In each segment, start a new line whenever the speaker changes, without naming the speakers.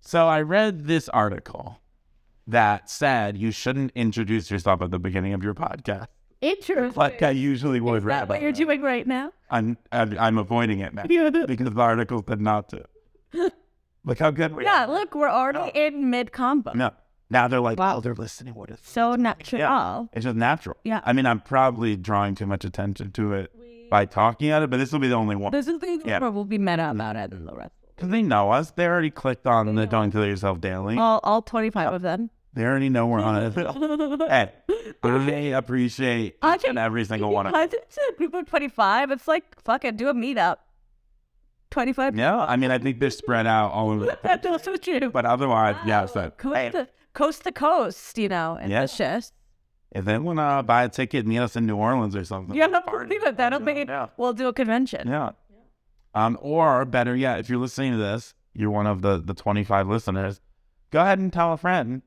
So I read this article that said you shouldn't introduce yourself at the beginning of your podcast,
Interesting.
like I usually would.
Is that what
rather.
you're doing right now?
I'm, I'm I'm avoiding it now
Yeah.
because the article said not to. Look how good we
Yeah,
are.
look, we're already in mid combo.
No, now they're like, wow, they're listening. What is
So natural.
It's just natural.
Yeah.
I mean, I'm probably drawing too much attention to it by talking at it, but this will be the only one.
This is the
Yeah.
where we'll be meta about it and the rest.
Because they know us. They already clicked on the Don't Kill Yourself Daily.
All, all 25 of them.
They already know we're on it. hey, they appreciate
I
each and
think
every single one of us.
I think it's a group of 25. It's like, fuck it, do a meetup. 25.
Yeah. I mean, I think they're spread out all over the
That's also true.
But otherwise, yeah, so.
coast,
Hey,
to, coast to coast, you know, and
Yes.
yes. shit.
if they want to buy a ticket, meet us in New Orleans or something.
Yeah, that. that'll be,
Yeah.
we'll do a convention.
Yeah. Um, or better yet, if you're listening to this, you're one of the, the 25 listeners, go ahead and tell a friend,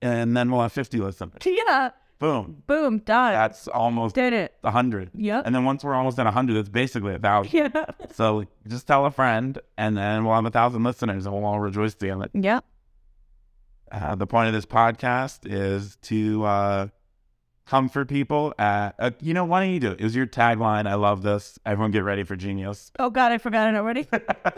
and then we'll have 50 listeners.
Yeah.
Boom.
Boom, done.
That's almost
Did it.
100.
Yep.
And then once we're almost at 100, that's basically a 1,000.
yeah.
So just tell a friend, and then we'll have a 1,000 listeners, and we'll all rejoice together.
Yeah.
Uh, the point of this podcast is to uh, comfort people. At, uh, you know, why don't you do it? It was your tagline. I love this. Everyone get ready for genius.
Oh, God, I forgot it already.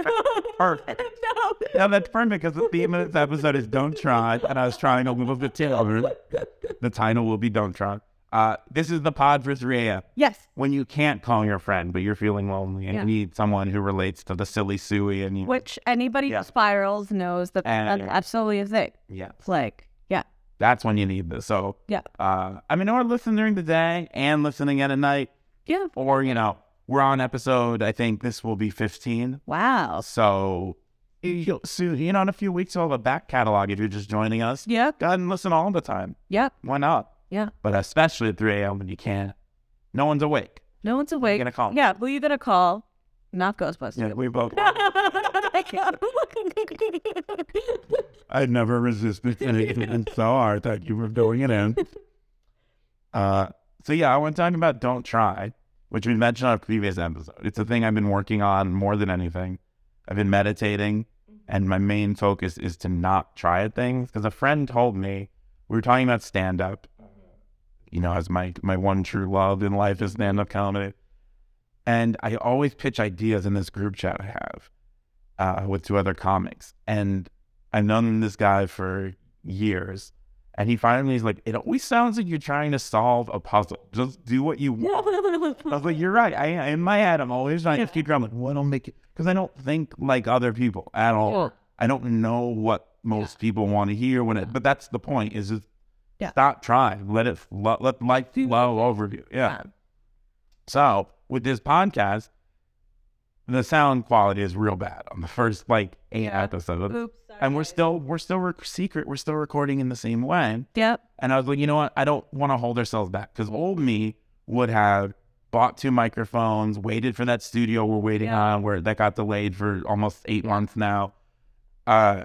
Perfect.
no.
Yeah, that's perfect because the theme of this episode is "Don't Try," and I was trying a little bit too. The title will be "Don't Try." Uh, this is the pod for 3 a.m.
Yes.
When you can't call your friend, but you're feeling lonely and
Yeah.
you need someone who relates to the silly Suey and you.
Which anybody
Yeah.
who spirals knows that
And-
that's absolutely a thing.
Yeah,
It's like, yeah,
that's when you need this. So,
yeah,
uh, I mean, or listen during the day and listen again at night.
yeah.
or you know we're on episode i think this will be 15
Wow.
so you'll soon you know in a few weeks we'll have a back catalog if you're just joining us
Yeah,
go ahead and listen all the time
yeah,
why not
yeah.
but especially at 3 a.m when you can't no one's awake
No one's awake.
gonna call?
Yeah, who you gonna call? Not Ghostbusters.
yeah we both i've never resisted anything and so hard that you were doing it in uh so yeah i want to talk about don't try which we mentioned on a previous episode it's a thing i've been working on more than anything i've been meditating and my main focus is to not try at things because a friend told me we were talking about stand up you know as my my one true love in life is stand up comedy and i always pitch ideas in this group chat i have uh, with two other comics and i've known this guy for years and he finally is like it always sounds like you're trying to solve a puzzle just do what you want I was like, you're right. I in my head, I'm always trying to keep drumming. What'll make it? Because I don't think like other people at all.
Yeah.
I don't know what most people want to hear when it. But that's the point. Is just
Yeah.
stop trying. Let it flow. Let life flow over you. Yeah. So with this podcast, the sound quality is real bad on the first like eight
Yeah.
episodes,
Oops.
and we're still we're still rec- secret. We're still recording in the same way.
Yep.
And I was like, you know what? I don't want to hold ourselves back because old me would have bought two microphones, waited for that studio we're waiting
Yeah.
on, where that got delayed for almost eight months now. Uh,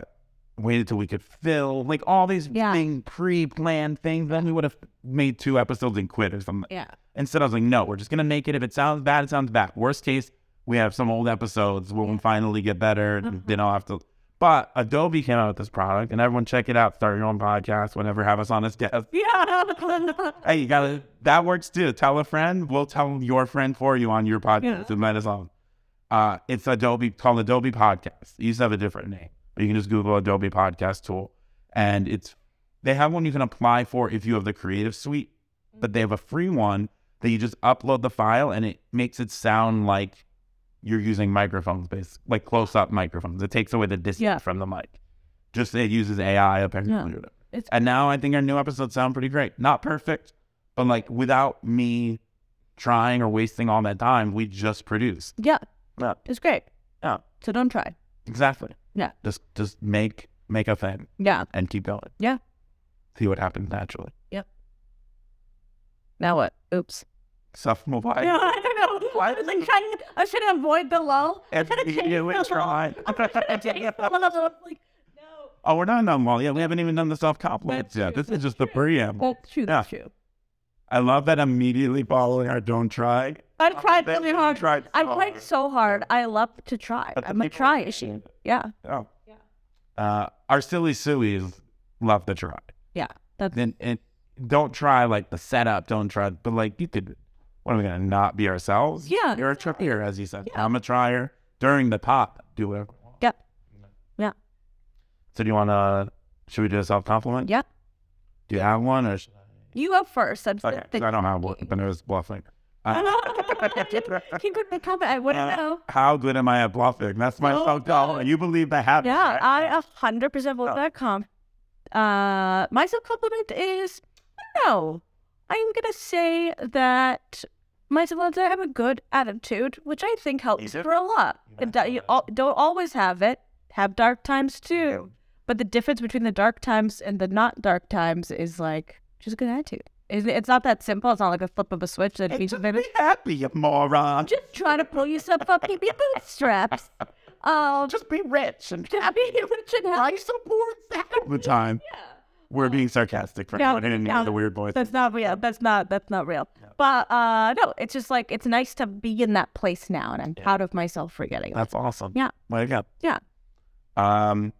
waited till we could fill like all these
Yeah.
thing pre-planned things. Then we would have made two episodes and quit or something.
Yeah.
Instead, I was like, no, we're just gonna make it. If it sounds bad, it sounds bad. Worst case, we have some old episodes when we finally get better.
Mm-hmm.
and Then I'll have to. But Adobe came out with this product, and everyone check it out. Start your own podcast. Whenever have us on as guest.
Yeah.
Hey, you gotta. That works too. Tell a friend. We'll tell your friend for you on your podcast.
Yeah.
It might as well. Uh, it's Adobe called Adobe Podcast. It used to have a different name, but you can just Google Adobe Podcast Tool, and it's they have one you can apply for if you have the Creative Suite, but they have a free one that you just upload the file and it makes it sound like you're using microphones, based like close up microphones. It takes away the distance
Yeah.
from the mic. Just it uses AI apparently.
Yeah.
or whatever.
It's-
And now I think our new episodes sound pretty great. Not perfect, but like without me trying or wasting all that time, we just produced.
yeah.
Yeah.
It's great.
Yeah.
So don't try.
Exactly.
Yeah.
Just just make make a thing
Yeah.
and keep going.
Yeah.
See what happens naturally.
Now what? Oops.
Self move on.
Yeah, I don't know.
Why
I was like trying. I should avoid the lull. I
And
should have
you
changed
knew it,
the
try.
lull. I should have changed the lull. I'm like, no.
Oh, we're not done well. Yeah, we haven't even done the self compliments
That's
yet.
true.
This is just the preamble.
That's true. That's true.
I love that immediately following our don't try.
I tried
bet
really
you
hard.
tried
I
so
tried
hard.
so hard. I love to try.
But the
I'm a
people
try
are
issue.
saying-
Yeah.
Oh.
Yeah.
Uh, our silly sueys love to try.
Yeah, that's-
Then and don't try like the setup. Don't try, but like you could. What am I gonna not be ourselves?
Yeah,
you're a tryer, as you said. I'm a tryer during the pop. Do whatever.
Yeah. Yeah.
So do you want to? Should we do a self compliment?
Yeah.
Do you have one or? Should
You go first. I'm
I, okay, 'cause I don't have one, but it was bluffing.
he couldn't come. I wouldn't
Uh,
know.
How good am I at bluffing? That's my
Oh,
self
God.
compliment. You believe that happened?
Yeah,
right?
I a hundred percent vote
Oh.
that comp. Uh, my self compliment is no. I'm gonna say that my siblings I have a good attitude, which I think helps
Is it?
grow up.
Yeah.
If that- you al- don't always have it. Have dark times too, but the difference between the dark times and the not dark times is like just a good attitude. It's, it's not that simple. It's not like a flip of a switch that means
Just be happy, you moron. Just,
just try to pull yourself up, keep your bootstraps. Um,
be rich and
happy rich and
I
happy.
support that all the time.
Yeah.
We're being sarcastic for
No,
anyone in
no,
the weird voice.
That's not real. That's not that's not real. But uh no, it's just like it's nice to be in that place now and I'm proud of myself for getting it.
That's awesome.
Yeah.
Wake up.
Yeah.
Um,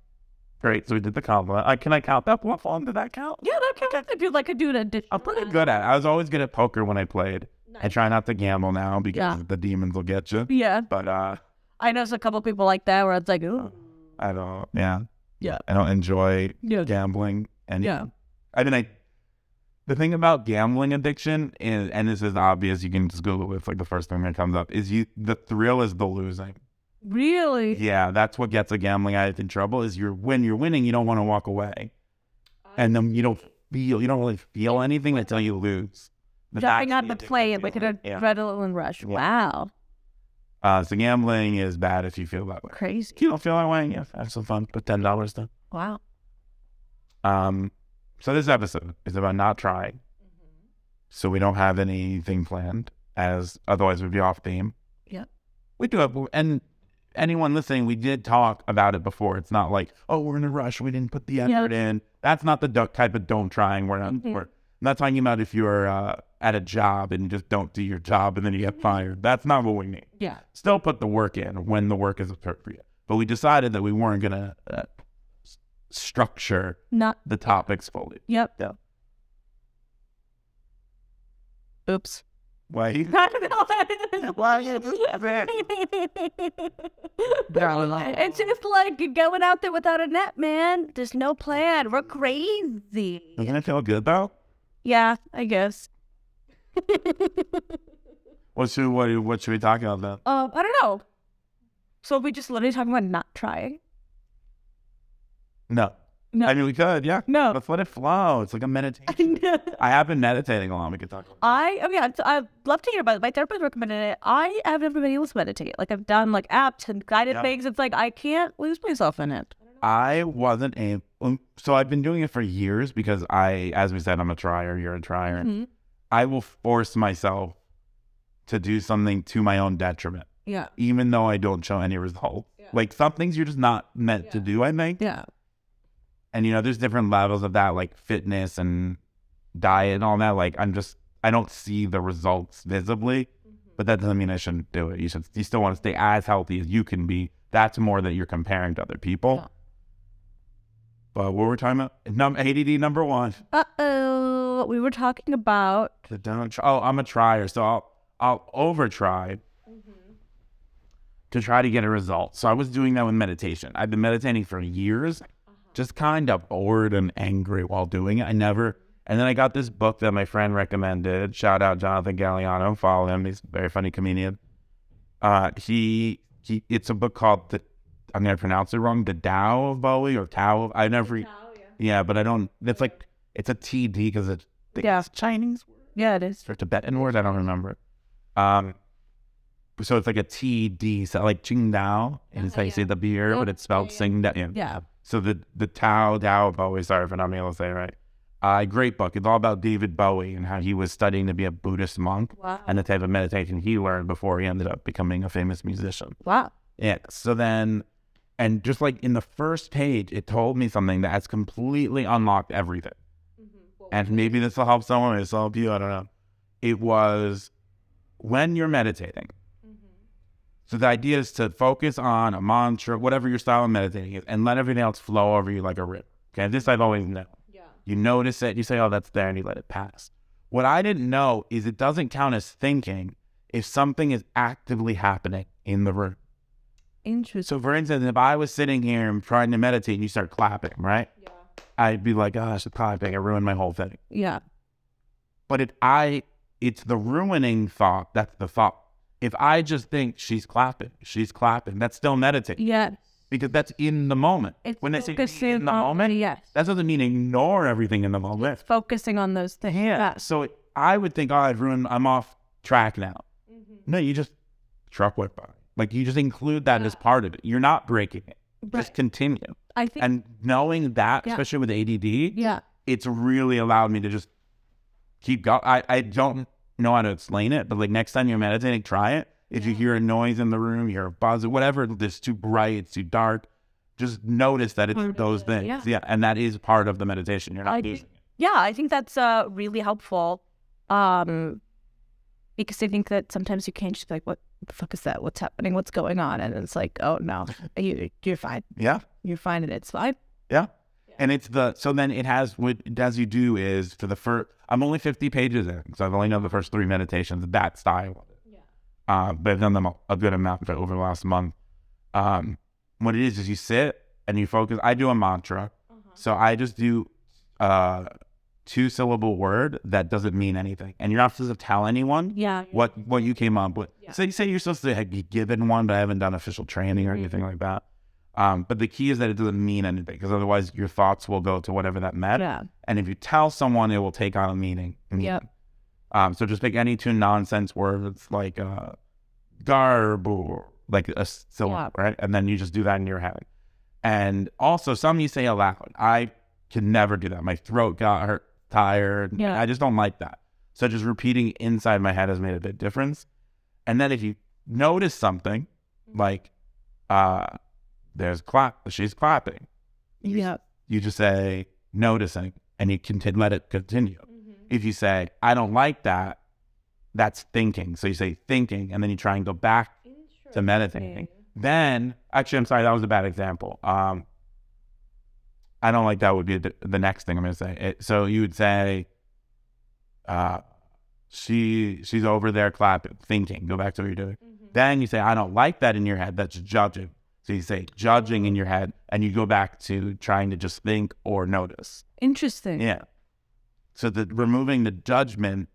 great. So we did the compliment. Uh, can I count that bluff on? Did that count?
Yeah, that counts if you like a dude addition.
I'm pretty good at it. I was always good at poker when I played. I try not to gamble now because
Yeah.
the demons will get you.
Yeah.
But uh,
I know a couple people like that where it's like, ooh.
I don't. Yeah.
Yeah.
I don't enjoy
Yeah.
gambling. And
Yeah.
I mean, I. The thing about gambling addiction is, and this is obvious, you can just Google it. It's like the first thing that comes up is you. The thrill is the losing.
Really?
Yeah, that's what gets a gambling addict in trouble. Is you're when you're winning, you don't want to walk away, and then you don't feel, you don't really feel anything until you lose. But
Jumping
that's
on the
addictive
play with
feeling.
an
Yeah.
adrenaline rush.
Yeah.
Wow.
Uh, so gambling is bad if you feel that way.
Crazy.
If you don't feel that way, yeah, have some fun. Put ten dollars down.
Wow.
Um, so this episode is about not trying. So we don't have anything planned, as otherwise we'd be off theme.
Yep.
We do have, and anyone listening, we did talk about it before. It's not like, oh, we're in a rush. We didn't put the
Yeah.
effort in. That's not the du- type of don't trying. We're not.
Mhm.
We're I'm not talking about if you're uh, at a job and you just don't do your job and then you get fired. That's not what we mean
Yeah.
still put the work in when the work is appropriate. But we decided that we weren't going to uh, s- structure
Not
the topics fully.
yep.
Yeah.
Oops.
Wait.
it's just like you're going out there without a net, man. There's no plan. We're crazy.
Doesn't it feel good though?
Yeah, I guess.
What should what, what should we talk about then?
Um, I don't know. So we just literally talking about not trying.
No.
No.
I mean, we could, yeah.
No.
Let's let it flow. It's like a meditation. I have been meditating a lot. We could talk. About
I oh yeah, so I'd love to hear about it. My therapist recommended it. I have never been able to meditate. Like I've done like apps and guided
Yeah.
things. It's like I can't lose myself in it.
I wasn't a um, so I've been doing it for years because I, as we said, I'm a trier. You're a trier.
Mhm.
I will force myself to do something to my own detriment.
Yeah.
even though I don't show any result. Like some things you're just not meant to do, I think.
Yeah.
And you know, there's different levels of that, like fitness and diet and all that. Like I'm just I don't see the results visibly, but that doesn't mean I shouldn't do it. You should you still want to stay as healthy as you can be. That's more that you're comparing to other people.
Yeah.
But what we're talking about, num- ADD number one.
Uh oh. We were talking about
The don't try. Oh, I'm a trier, so I'll I'll over try to try to get a result. So I was doing that with meditation. I've been meditating for years, just kind of bored and angry while doing it. I never. And then I got this book that my friend recommended. Shout out Jonathan Galliano. Follow him. He's a very funny comedian. Uh, he he. It's a book called the. I'm gonna pronounce it wrong. The Tao of Bowie or Tao of. I never. e yeah. but I don't. It's like it's a TD because it.
Yeah.
It's Chinese
yeah, it is.
or Tibetan word. I don't remember. Um, so it's like a TD, so like Qingdao, and it's how you say the beer, but it's spelled Qingdao. Uh-huh, Yeah.
Yeah.
So the the Tao Tao Bowie. Sorry if I'm not able to say it right. Uh, great book. It's all about David Bowie and how he was studying to be a Buddhist monk
Wow.
and the type of meditation he learned before he ended up becoming a famous musician.
Wow.
Yeah. So then, and just like in the first page, it told me something that has completely unlocked everything. And maybe this will help someone, this will help you. I don't know. It was when you're meditating, So the idea is to focus on a mantra, whatever your style of meditating is, and let everything else flow over you like a river. Okay, this I've always known.
Yeah.
You notice it, you say, oh, that's there, and you let it pass. What I didn't know is it doesn't count as thinking if something is actively happening in the room.
Interesting.
So, for instance, if I was sitting here and trying to meditate and you start clapping, right?
Yeah.
I'd be like, gosh, the clapping, I ruined my whole thing.
Yeah.
But if I, it's the ruining thought, that's the thought. If I just think she's clapping, she's clapping, that's still meditating
Yeah.
because that's in the moment.
It's
when they say
focusing
in the
on-
moment,
Yes.
that doesn't mean ignore everything in the moment.
Focusing on those things.
Yeah. So it- I would think, oh, I've ruined, I'm off track now.
Mm-hmm.
No, you just truck went by. Like you just include that as part of it. You're not breaking it. Just
Right.
continue.
I think.
And knowing that,
Yeah.
especially with ADD,
yeah.
it's really allowed me to just keep going. I, I don't know how to explain it, but like next time you're meditating, try it. If you hear a noise in the room, you hear a buzz, or whatever, it's too bright, it's too dark, just notice that it's
Part of
those
it,
things.
yeah.
And that is part of the meditation. You're not
I
losing
think- Yeah, I think that's uh, really helpful. Um, because I think that sometimes you can't just be like, "What the fuck is that? What's happening? What's going on?" And it's like, "Oh no, you you're fine.
it. Yeah.
You're fine, and it's fine."
Yeah. And it's the so then it has what as you do is for the first I'm only 50 pages in, so I've only done the first three meditations that style. Yeah. Uh, but I've done them a, a good amount for over the last month. Um, what it is is you sit and you focus. I do a mantra, so I just do uh two syllable word that doesn't mean anything, and you're not supposed to tell anyone
Yeah,
what what you came up with. So you say you're supposed to have- be given one, but I haven't done official training or anything like that. Um, but the key is that it doesn't mean anything because otherwise your thoughts will go to whatever that meant.
yeah,
And if you tell someone, it will take on a meaning.
yeah.
Um, so just pick any two nonsense words like uh, garb or like a s- syllable, right? And then you just do that in your head. And also, some you say aloud. I can never do that. My throat got hurt, tired.
Yeah.
I just don't like that. So just repeating inside my head has made a big difference. And then if you notice something, like uh, there's clap, she's clapping. You
yeah.
you just say noticing and you continue let it continue if you say i don't like that that's thinking so you say thinking and then you try and go back to meditating then actually i'm sorry that was a bad example um i don't like that would be the, the next thing i'm going to say it, so you would say uh she she's over there clapping thinking go back to what you're doing then you say i don't like that in your head that's judging so you say judging in your head and you go back to trying to just think or notice.
Interesting.
Yeah. So that removing the judgment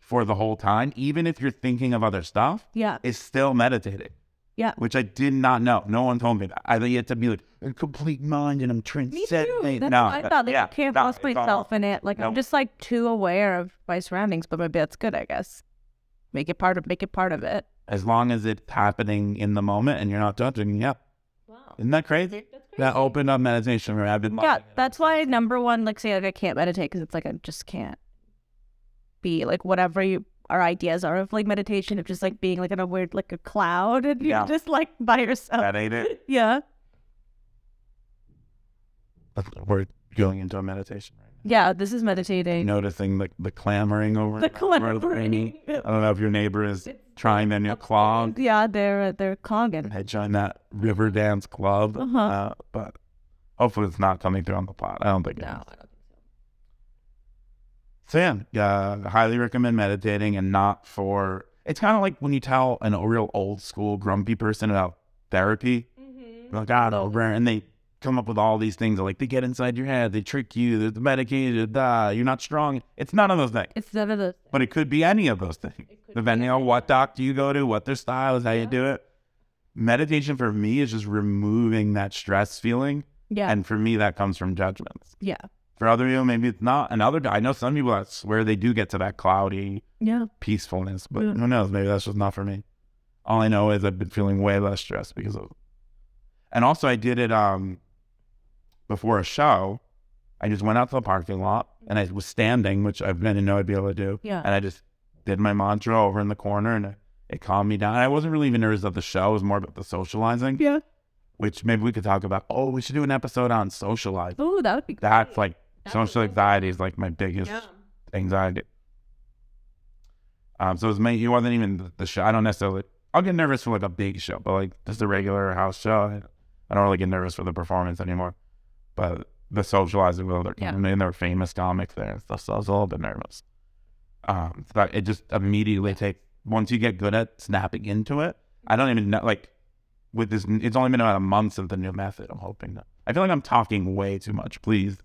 for the whole time, even if you're thinking of other stuff,
yeah,
is still meditating,
yeah.
which I did not know. No one told me that. I thought you had to be like a complete mind and I'm
Me
transcending.
too. That's
no, uh,
what I thought. Like,
yeah,
I can't
no,
lost
it's all-
myself in it. Like
no.
I'm just like too aware of my surroundings, but maybe that's good. I guess make it part of make it part of it.
As long as it's happening in the moment and you're not judging. Yep.
Wow.
Isn't that crazy? That opened up meditation room. I've been
Yeah,
loving it.
that's why number one, like, say, like I can't meditate because it's like I just can't be like whatever you, our ideas are of like meditation of just like being like in a weird like a cloud and
Yeah.
you're just like by yourself.
That ain't it.
yeah,
We're going into a meditation right now.
yeah. This is meditating.
noticing the, the clamoring over
The
and over and over
clamoring.
again. I don't know if your neighbor is trying their new clog.
Yeah, they're uh, they're clogging.
I joined that river dance club,
Uh-huh.
uh, but hopefully it's not coming through on the plot. I don't think. it
No,
is. So yeah, uh, highly recommend meditating and not for. It's kind of like when you tell an real old school grumpy person about therapy, like I don't know, and they come up with all these things like they get inside your head, they trick you, they're medicated, blah, you're not strong. It's none of those things.
it's none of those.
But it could be any of those things, depending on what doctor you go to, what their style is, how you do it. Meditation for me is just removing that stress feeling.
Yeah,
And for me, that comes from judgments.
yeah,
For other people, maybe it's not. And other, I know some people that swear they do get to that cloudy
yeah.
peacefulness, but
Yeah.
who knows? Maybe that's just not for me. All I know is I've been feeling way less stressed because of. And also, I did it um before a show. I just went out to the parking lot and I was standing, which I didn't know I'd be able to do.
Yeah.
And I just did my mantra over in the corner and it, it calmed me down. I wasn't really even nervous about the show. It was more about the socializing,
Yeah.
which maybe we could talk about. Oh, we should do an episode on socializing.
Oh, that would be great.
That's like social anxiety is like my biggest anxiety. Um, so it was ma- it wasn't even the, the show. I don't necessarily I'll get nervous for like a big show, but like just a regular house show, I- I don't really get nervous for the performance anymore. But the socializing with other
Yeah.
comedy and they're famous comics there and stuff, so I was a little bit nervous. Um, so that- it just immediately takes once you get good at snapping into it. I don't even know like with this. It's only been about a month of the new method. I'm hoping that I feel like I'm talking way too much. Please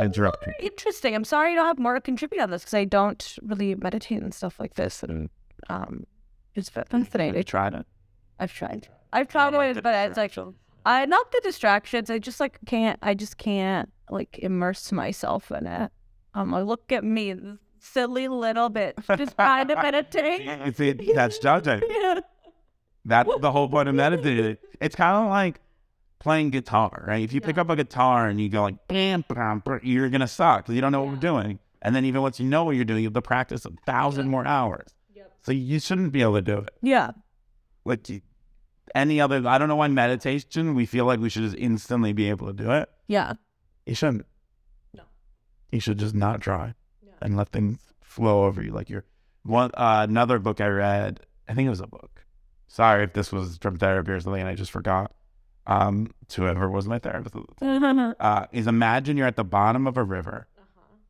interrupt me.
Interesting. I'm sorry I don't have more to contribute on this because I don't really meditate and stuff like this. And um, it's
I
fascinating.
tried it.
I've tried. I've tried
like
it,
the
but it's like I not the distractions. I just like can't. I just can't like immerse myself in it. Um, like, look at me, this silly little bit, just trying to meditate.
It's it, that's judging.
Yeah.
That's the whole point of meditating. It's kind of like playing guitar, right? If you pick up a guitar and you go like bam, bam, bam you're gonna suck 'cause you don't know what you're doing. And then even once you know what you're doing, you have to practice a thousand more hours. So you shouldn't be able to do it.
yeah.
Like you, any other, I don't know why meditation. We feel like we should just instantly be able to do it.
Yeah.
You shouldn't.
No.
You should just not try
Yeah.
and let things flow over you. Like your one uh, another book I read. I think it was a book. Sorry if this was from therapy or something, and I just forgot. Um, to whoever was my therapist, at the time. uh, is imagine you're at the bottom of a river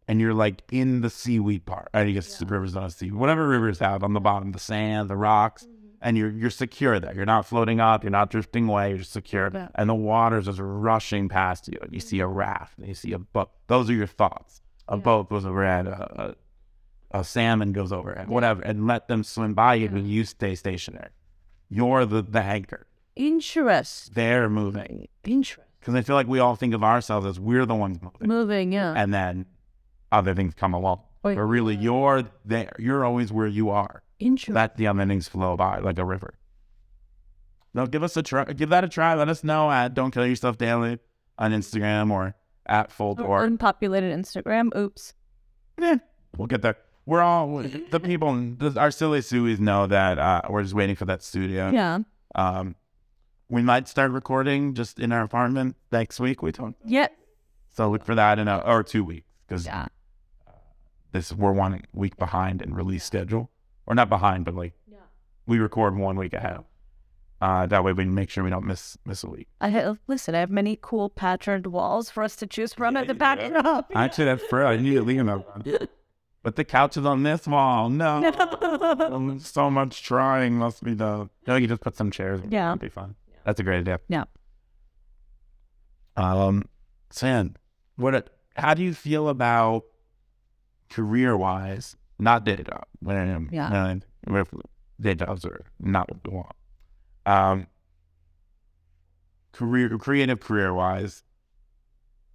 and you're like in the seaweed part. I guess the rivers don't have seaweed. Whatever rivers have on the bottom, the sand, the rocks, and you're you're secure there. You're not floating up. You're not drifting away. You're just secure,
Yeah.
and the water's just rushing past you. And you see a raft, and you see a boat. Those are your thoughts. A boat goes overhead. A, uh, a, a salmon goes overhead. Whatever, and let them swim by you, and you stay stationary. You're the the anchor.
Interest.
They're moving
Interest.
because I feel like we all think of ourselves as we're the ones moving
Moving. Yeah.
and then other things come along.
Uh-huh. Wait.
but really, you're there. You're always where you are.
Interest.
Let the other things flow by like a river. Now, give us a try. Give that a try. Let us know at Don't Kill Yourself Daily on Instagram or at Full
Or
Door.
unpopulated Instagram. Oops.
Eh, we'll get there. We're all the people. the- Our silly Sueys know that uh, we're just waiting for that studio.
Yeah.
Um, we might start recording just in our apartment next week. We don't.
Yeah.
So look for that in a or two weeks because
Yeah.
this we're one week behind in release schedule, or not behind, but like we record one week ahead. Uh, that way we make sure we don't miss miss a week.
I have, listen. I have many cool patterned walls for us to choose from
Yeah,
at the
you
pattern up.
Actually, that's for I need to leave them. But the couch is on this wall. No, Um, so much trying must be done. No, you just put some chairs. in.
Yeah.
it'd be fun. That's a great idea.
Yeah.
Um, San, what? a- how do you feel about career wise? Not day job. When,
Yeah.
when- when day jobs are not what we want. Um, career, creative career wise.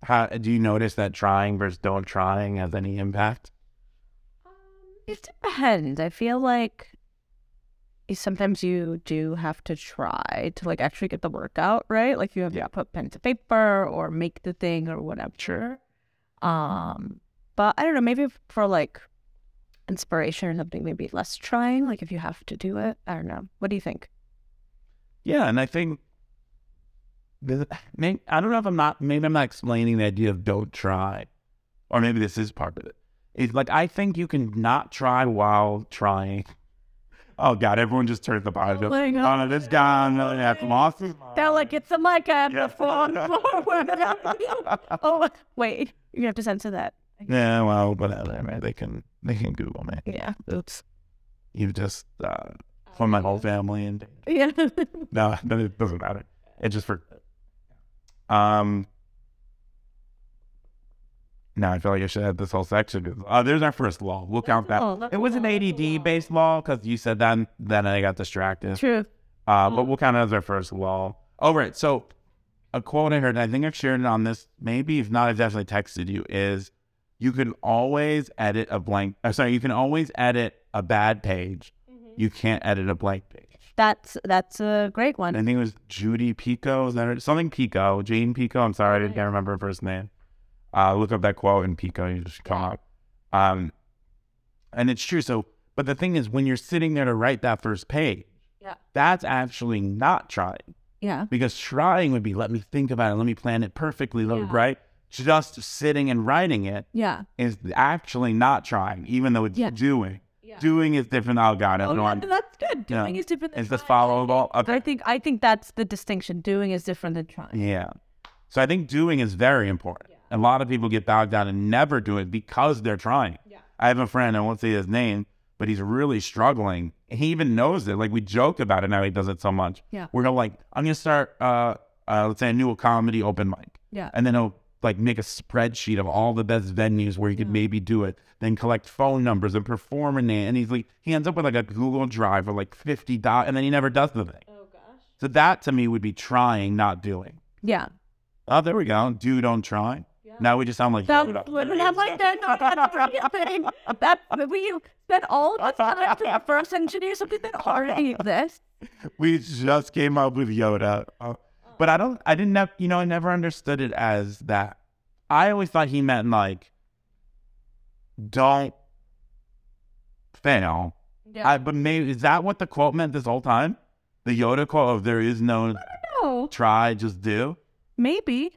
How do you notice that trying versus don't trying has any impact?
It depends. I feel like you- sometimes you do have to try to like actually get the work out, right? Like you have
Yeah.
to put pen to paper or make the thing or whatever. Um, but I don't know, maybe for like inspiration or something, maybe less trying, like if you have to do it. I don't know. What do you think?
Yeah, and I think the- may- I don't know if I'm not maybe I'm not explaining the idea of don't try, or maybe this is part of it. It's like I think you can not try while trying. Oh God, everyone just turned the bottom.
Oh
up.
my
Oh,
God.
no, this guy, no, yeah, from Austin.
They're like, it's a mic, I have
Uh, Yeah.
to fall forward. oh, wait, you have to censor that.
Yeah, well, whatever. Man. They can they can Google me.
Yeah. Oops.
You've just uh, put my whole family in.
Yeah.
No, no, it doesn't matter. It just for. Um. Now I feel like I should have this whole section. Uh, there's our first law. We'll count that.
Oh, that's
It
a
was an
law, that's a
ADD
law.
based law because you said that, and then I got distracted.
True.
Uh, but we'll count it as our first law. All right. So, a quote I heard, and I think I've shared it on this, maybe if not, I've definitely texted you, is you can always edit a blank, uh, sorry, you can always edit a bad page.
Mm-hmm.
You can't edit a blank page.
That's that's a great one.
I think it was Judy Pico. Is that her? something Pico? Jane Pico. I'm sorry, I didn't can't remember her first name. Uh, look up that quote in Pico. You just come up. Um, and it's true. So, but the thing is, when you're sitting there to write that first page,
Yeah.
that's actually not trying
Yeah.
because trying would be let me think about it, let me plan it perfectly, let me right. Just sitting and writing it
Yeah.
is actually not trying, even though it's
Yeah.
doing.
Yeah.
Doing is different. Oh God, I
Oh,
don't know.
yeah,
I'm-
that's good.
Yeah.
Doing is different than
Is this
trying.
followable?
But I
Okay.
think I think that's the distinction. Doing is different than trying.
Yeah. So I think doing is very important. A lot of people get bogged down and never do it because they're trying.
Yeah.
I have a friend, I won't say his name, but he's really struggling. He even knows it. Like we joke about it now, he does it so much.
Yeah.
We're gonna like, I'm gonna start uh, uh let's say a new comedy open mic.
Yeah.
And then he'll like make a spreadsheet of all the best venues where he could maybe do it, then collect phone numbers and perform in it. And he's like he ends up with like a Google Drive of like fifty dollars and then he never does the thing.
Oh gosh.
So that to me would be trying, not doing.
Yeah.
Oh, there we go. Do don't try.
Yeah.
Now we just sound like
That would have like that. no, that's not the thing. That but we spent all the time to first engineer something that already exists.
we just came up with Yoda. Uh, but I don't. I didn't have. You know, I never understood it as that. I always thought he meant like, don't fail.
Yeah.
I, but maybe is that what the quote meant this whole time? The Yoda quote of "There is no
no.
try, just do."
Maybe.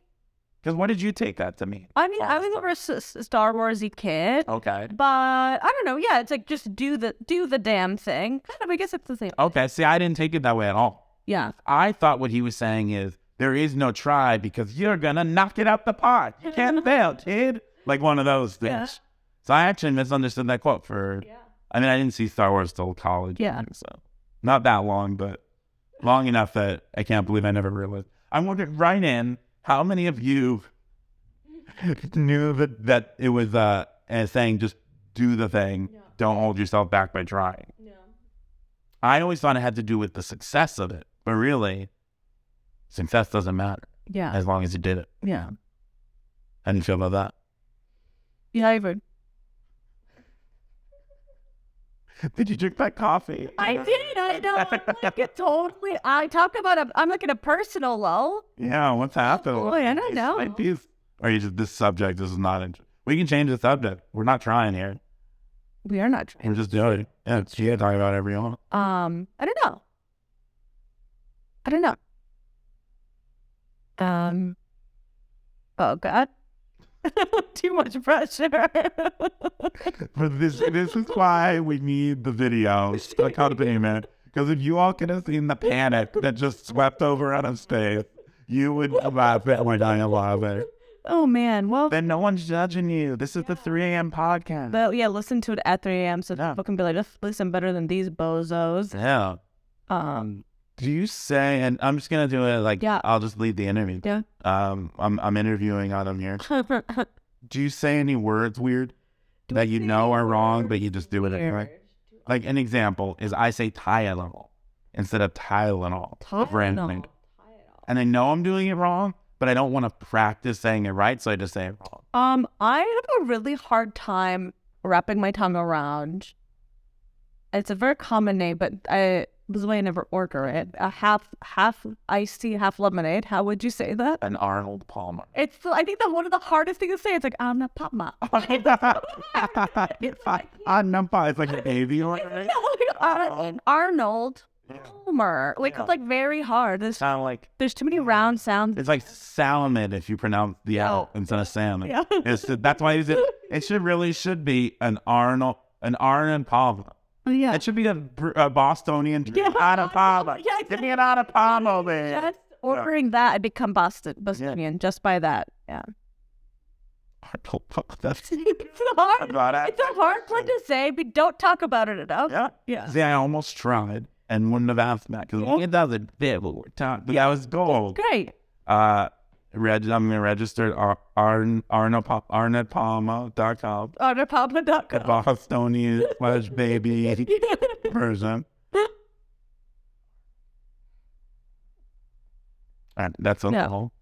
Because what did you take that to mean?
I mean, I was never a s- s- Star Warsy kid,
Okay.
but I don't know. Yeah, it's like just do the do the damn thing. Kind of. I guess it's the same.
Okay. See, I didn't take it that way at all.
Yeah.
I thought what he was saying is there is no try because you're gonna knock it out the park. You can't fail, kid. Like one of those things.
Yeah.
So I actually misunderstood that quote for. I mean, I didn't see Star Wars till college.
Yeah.
So not that long, but long enough that I can't believe I never realized. I wonder right in how many of you knew that that it was uh uh, saying just do the thing, don't hold yourself back by trying.
No.
I always thought it had to do with the success of it, but really, success doesn't matter
Yeah.
as long as you did it.
Yeah.
How do you feel about that?
Yeah. I would.
Did you drink that coffee?
I did. I know. I'm like it totally. I talk about. A, I'm like in a personal lull.
Yeah, what's happening?
Boy, I don't
It's
know.
like these- Or you just, this subject this is not interesting. We can change the subject. We're not trying here.
We are not.
And just do it. Yeah, she can talk about every one.
Um. I don't know. I don't know. Um. Oh God. Too much pressure.
But this this is why we need the video, the accompaniment. Because if you all could have seen the panic that just swept over out of space, you would laugh at my dialogue.
oh man. Well.
Then no one's judging you. This is the 3 a.m. podcast.
But yeah, listen to it at 3 a.m. so
Yeah.
people can be like, "Let's listen better than these bozos.
yeah.
Um,
Do you say, and I'm just going to do it like,
Yeah.
I'll just lead the interview.
yeah.
Um, I'm, I'm interviewing Adam here.
Do
Do you say any words weird
I
that you
say
know are
any
wrong,
words
but you just do it anyway?
weird?
Like an example is I say Tylenol instead of Tylenol. Randomly. And I know I'm doing it wrong, but I don't want to practice saying it right, so I just say it wrong.
Um, I have a really hard time wrapping my tongue around. It's a very common name, but I this is why I never order it. A half half iced tea, half lemonade. How would you say that?
An Arnold Palmer.
It's I think that one of the hardest things to say. It's like I'm not Papa.
it's like, I number, it's like an baby.
No, like, Ar- Arnold Palmer. Like it's like very hard. There's
Sound like
there's too many round sounds.
It's like salmon if you pronounce the L instead of salmon.
Yeah.
It's- that's why it's, it should really should be an Arnold, an Arnold Palmer.
yeah.
It should be a, Br- a Bostonian drink.
Yeah.
Arnold Palmer.
Yeah,
Give me an Arnold Palmer, man.
Just ordering that, I become Boston Bostonian just by that. Yeah.
Arnold Palmer. That's
it's a hard.
about it.
It's a hard one to say, but don't talk about it enough.
Yeah.
Yeah.
See, I almost tried and wouldn't have asked that because it doesn't fit what we're talking. But yeah, I was gold.
Great.
Uh, reg- I'm gonna register at Ar- Arn- Arnold Pal- ArnoldPalmer.com.
On
The
Pablo.com.
Bostonian slash baby. person. And that's a
No.
no.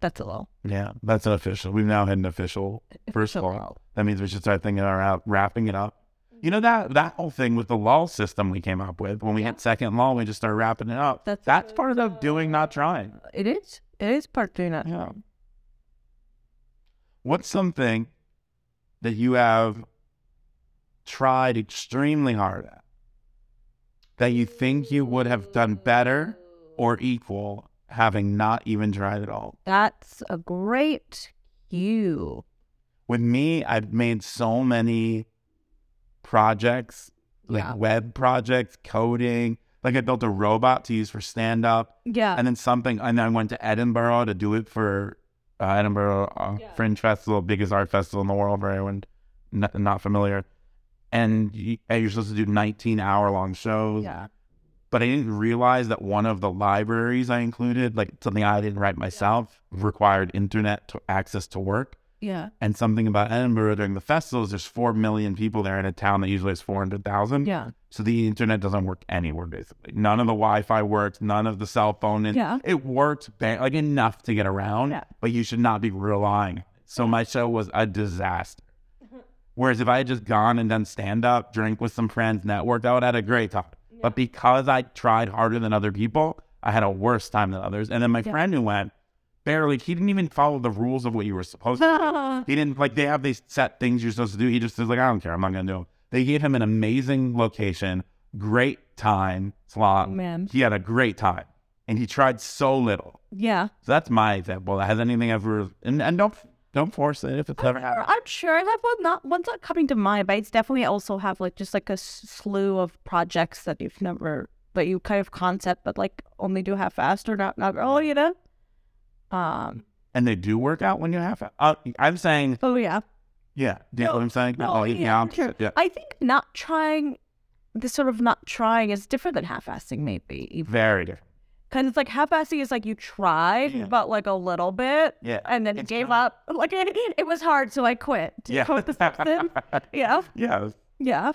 That's a low.
Yeah, that's an official. We've now had an official first
Official
call. That means we should start thinking about wrapping it up. You know that that whole thing with the law system we came up with when we had second law, we just started wrapping it up.
That's-
that's part of doing, not trying.
It is. It is part three not.
Yeah. What's something that you have tried extremely hard at that you think you would have done better or equal having not even tried at all?
That's a great you.
With me, I've made so many projects, like
Yeah.
web projects, coding. Like I built a robot to use for stand up,
Yeah.
and then something, and then I went to Edinburgh to do it for uh, Edinburgh uh,
Yeah.
Fringe Festival, biggest art festival in the world for everyone not, not familiar. And you, and you're supposed to do 19 hour long shows
yeah.
but I didn't realize that one of the libraries I included, like something I didn't write myself, required internet to access to work.
Yeah.
And something about Edinburgh during the festivals, there's 4 million people there in a town that usually has 400,000.
Yeah.
So the internet doesn't work anywhere, basically. None of the Wi Fi works, none of the cell phone. And
Yeah.
It worked ba- like enough to get around,
Yeah.
but you should not be relying. So my show was a disaster. Whereas if I had just gone and done stand up, drink with some friends, networked, I would have had a great time. But because I tried harder than other people, I had a worse time than others. And then my
Yeah.
friend who went, barely, he didn't even follow the rules of what you were supposed to do. He didn't like they have these set things you're supposed to do. He just is like, I don't care, I'm not gonna do them. They gave him an amazing location, great time slot.
Man.
He had a great time. And he tried so little.
Yeah.
So that's my example. Has anything ever and, and don't don't force it if it's ever
Or
happened.
I'm sure I have one not one's not coming to mind, but it's definitely also have like just like a s- slew of projects that you've never that you kind of concept, but like only do half fast or not not all, you know. Um.
And they do work out when you have uh, I'm saying
Oh yeah.
yeah. Do you know what I'm saying?
No,
oh, yeah.
sure.
Yeah.
I think not trying, this sort of not trying is different than half-assing, maybe.
Very different.
Because it's like half-assing is like you tried,
Yeah.
but like a little bit,
Yeah.
and then
It's
gave
not-
up. Like it, it was hard, so I quit. To
Yeah.
quote the Simpsons. yeah,
Yeah.
yeah.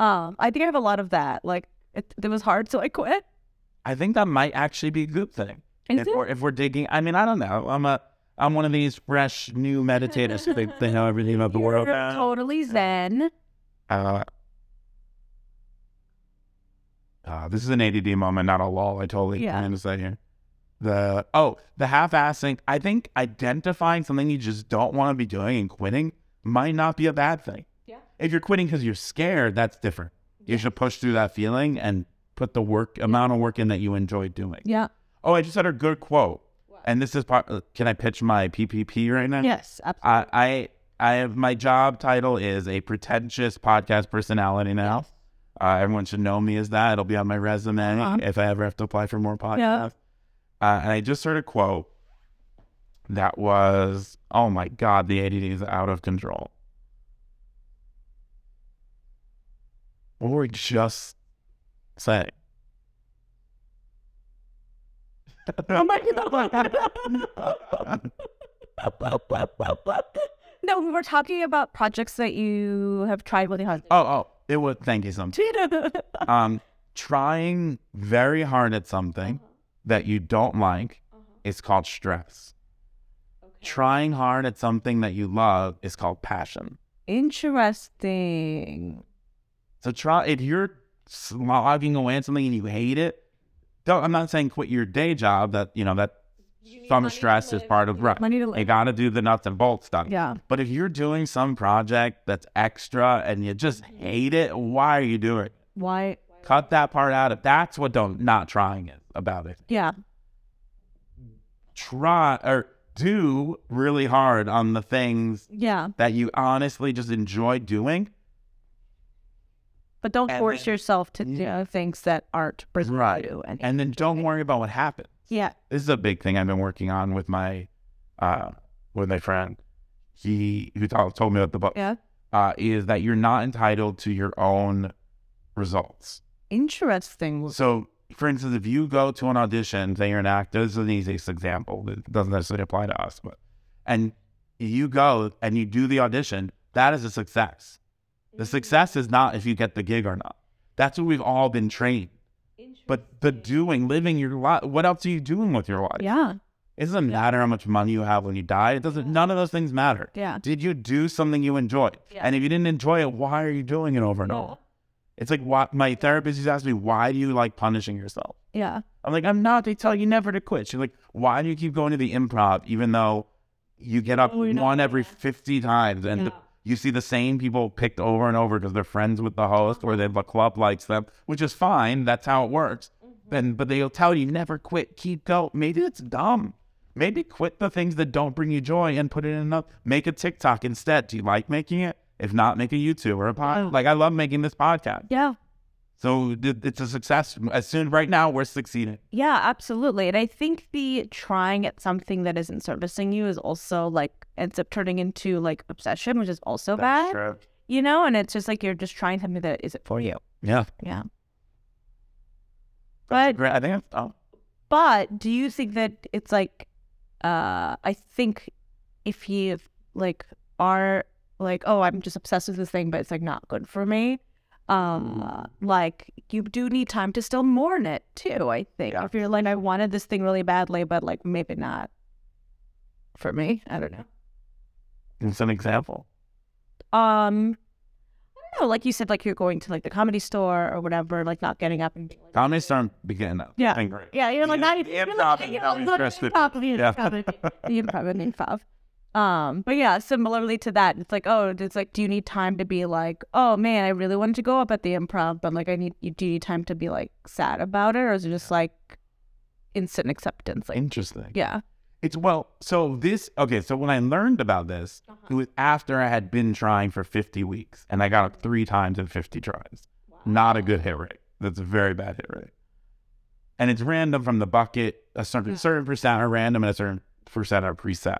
Um, I think I have a lot of that. Like it, it was hard, so I quit.
I think that might actually be a good thing.
Is
if
it?
we're if we're digging I mean, I don't know. I'm a I'm one of these fresh new meditators who think they know everything about the world.
You're totally zen.
Uh, uh, this is an ADD moment, not a lull. I totally
Yeah.
yeah. understand here. The oh, the half-assing. I think identifying something you just don't want to be doing and quitting might not be a bad thing.
Yeah.
If you're quitting because you're scared, that's different. You should push through that feeling and put the work amount of work in that you enjoy doing.
Yeah.
Oh, I just had a good quote, and this is part. uh, Can I pitch my PPP right now?
Yes. Absolutely.
I I I have my job title is a pretentious podcast personality now. Uh, everyone should know me as that. It'll be on my resume
Uh-huh.
if I ever have to apply for more podcasts.
Yeah.
Uh, and I just heard a quote that was, "Oh my God, the ADD is out of control." What were we just saying?
oh my god. no, we were talking about projects that you have tried with your husband.
Oh, oh, it was. Thank you so much. um, trying very hard at something
Uh-huh.
that you don't like is called stress. Trying hard at something that you love is called passion.
Interesting.
So try if you're slogging away at something and you hate it. Don't, I'm not saying quit your day job. That you know that some stress is part of right.
Money to
You
live.
got to do the nuts and bolts stuff.
Yeah.
But if you're doing some project that's extra and you just
Mm-hmm.
hate it, why are you doing it?
Why?
Cut that part out. If that's what don't not trying it about it.
Yeah.
try or do really hard on the things
Yeah.
that you honestly just enjoy doing.
But don't
And
force
then-
yourself to do things that aren't present
Right.
to you. And,
And then don't worry about what happened.
yeah.
This is a big thing I've been working on with my uh with my friend. He who told told me about the book
Yeah.
uh is that you're not entitled to your own results.
Interesting.
So for instance, if you go to an audition, say you're an actor, this is an easiest example. It doesn't necessarily apply to us, but and you go and you do the audition, that is a success. The
Mm-hmm.
success is not if you get the gig or not. That's what we've all been trained. But the doing, living your life, what else are you doing with your life?
Yeah.
It doesn't matter how much money you have when you die. It doesn't. None of those things matter.
Yeah.
Did you do something you enjoyed?
Yeah.
And if you didn't enjoy it, why are you doing it over and over? It's like why, my therapist used to ask me, why do you like punishing yourself?
Yeah.
I'm like, I'm not. They tell you never to quit. She's like, why do you keep going to the improv even though you get up
Oh, you're
one
not-
every 50 times and
Yeah.
you see the same people picked over and over because they're friends with the host or they, the club likes them, which is fine. That's how it works.
Mm-hmm.
And, but they'll tell you never quit, keep going. Maybe that's dumb. Maybe quit the things that don't bring you joy and put it in another. Make a TikTok instead. Do you like making it? If not, make a YouTube or a
Oh.
pod. Like I love making this podcast.
Yeah.
So th- it's a success. As soon right now, we're succeeding.
Yeah, absolutely. And I think the trying at something that isn't servicing you is also like ends up turning into like obsession, which is also bad.
true.
You know, and it's just like you're just trying something that isn't for you.
Yeah.
Yeah.
That's
But
great. I think that's oh,
But do you think that it's like, uh, I think if you like are like, oh, I'm just obsessed with this thing, but it's like not good for me. Um, like you do need time to still mourn it too. I think
Yeah.
if you're like, I wanted this thing really badly, but like maybe not for me. I don't know.
it's an example.
Um, I don't know. Like you said, like you're going to like the comedy store or whatever, like not getting up and being like,
Comedy Storm began up.
Yeah.
Angry.
yeah, you're like
Yeah,
not
the
even you're
improv
like,
is
you're
not
like,
interested.
improv, you're
Yeah.
improv. the improv and improv. Um, but yeah, similarly to that, it's like, oh, it's like, do you need time to be like, oh man, I really wanted to go up at the improv, but like, I need you. Do you need time to be like sad about it, or is it just like instant acceptance? Like,
Interesting.
yeah,
It's well, so this okay, so when I learned about this,
Uh-huh.
it was after I had been trying for 50 weeks and I got up three times in 50 tries. Not a good hit rate. That's a very bad hit rate. And it's random from the bucket, a certain
Yeah.
certain percent are random and a certain percent are preset.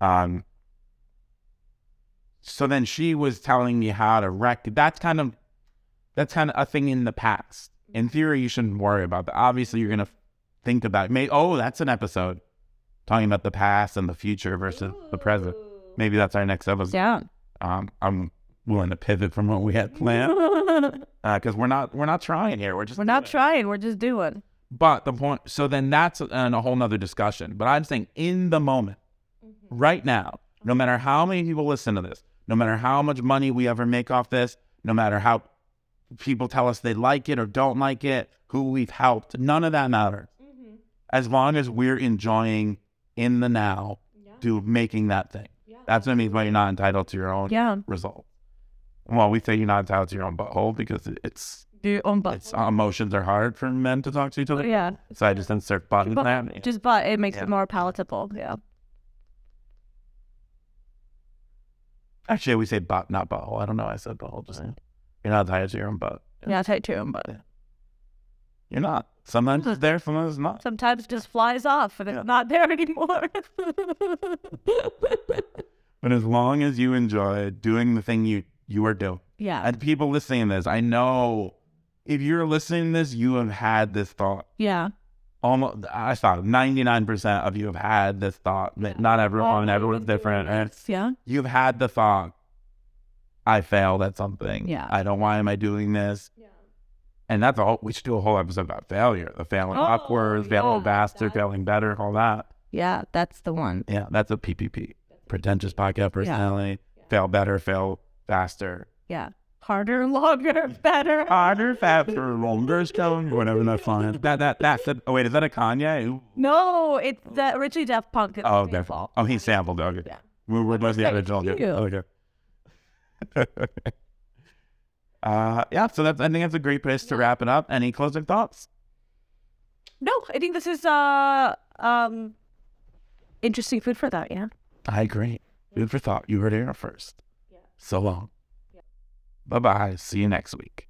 Um so then she was telling me how to rec that's kind of that's kind of a thing in the past. In theory, you shouldn't worry about that. Obviously, you're gonna think about may oh, that's an episode talking about the past and the future versus the present. Maybe that's our next episode.
down.
Um, I'm willing to pivot from what we had planned
We're
because Uh, we're not we're not trying here. We're just
not
doing it.
trying. We're just doing.
But the point. So then that's an, a whole nother discussion. But I'm saying in the moment,
Mm-hmm.
right now, no matter how many people listen to this, no matter how much money we ever make off this, no matter how people tell us they like it or don't like it, who we've helped, none of that matters.
Mm-hmm.
As long as we're enjoying in the now, to making that thing. That's what I mean by you're not entitled to your own
Yeah,
result. Well, we say you're not entitled to your own butthole because it- it's
do your own butt.
it's uh, emotions are hard for men to talk to each other.
Yeah,
So I just insert button
But-
there.
just butt. It makes
Yeah.
it more palatable. Yeah.
Actually, we say butt, not butthole. I don't know. why I said butthole. Just you're not entitled to your own butt.
Yeah, tight to your own butt.
You're not. Sometimes it's there, sometimes it's not.
sometimes just flies off and it's
Yeah.
not there anymore.
But as long as you enjoy doing the thing you you are doing,
yeah.
and people listening to this, I know if you're listening to this, you have had this thought.
yeah.
Almost, I thought 99% of you have had this thought. that Not everyone, everyone's different. And it's-
Yeah.
you've had the thought, I failed at something.
Yeah.
I don't, why am I doing this?
Yeah.
And that's all, we should do a whole episode about failure, the failing
Oh,
upwards, failing
yeah,
faster,
that's-
failing better, all that.
Yeah, that's the one.
Yeah, that's a PPP, pretentious podcast personality, fail better, fail faster,
Yeah. Harder, longer, better.
harder, faster, longer, stone, whatever that's line. That, that, that's it. Oh, wait, is that a Kanye? Ooh.
no, it's the originally Daft Punk. It's
Oh,
their
their fault. Oh, he sampled. Okay.
Yeah.
We were was the
Thank
original.
you.
Okay. okay. uh, yeah. So that's. I think that's a great place to wrap it up. Any closing thoughts?
No, I think this is uh um interesting food for that. Yeah.
I agree. Food for thought. You heard it here first. So long. Bye bye. See you next week.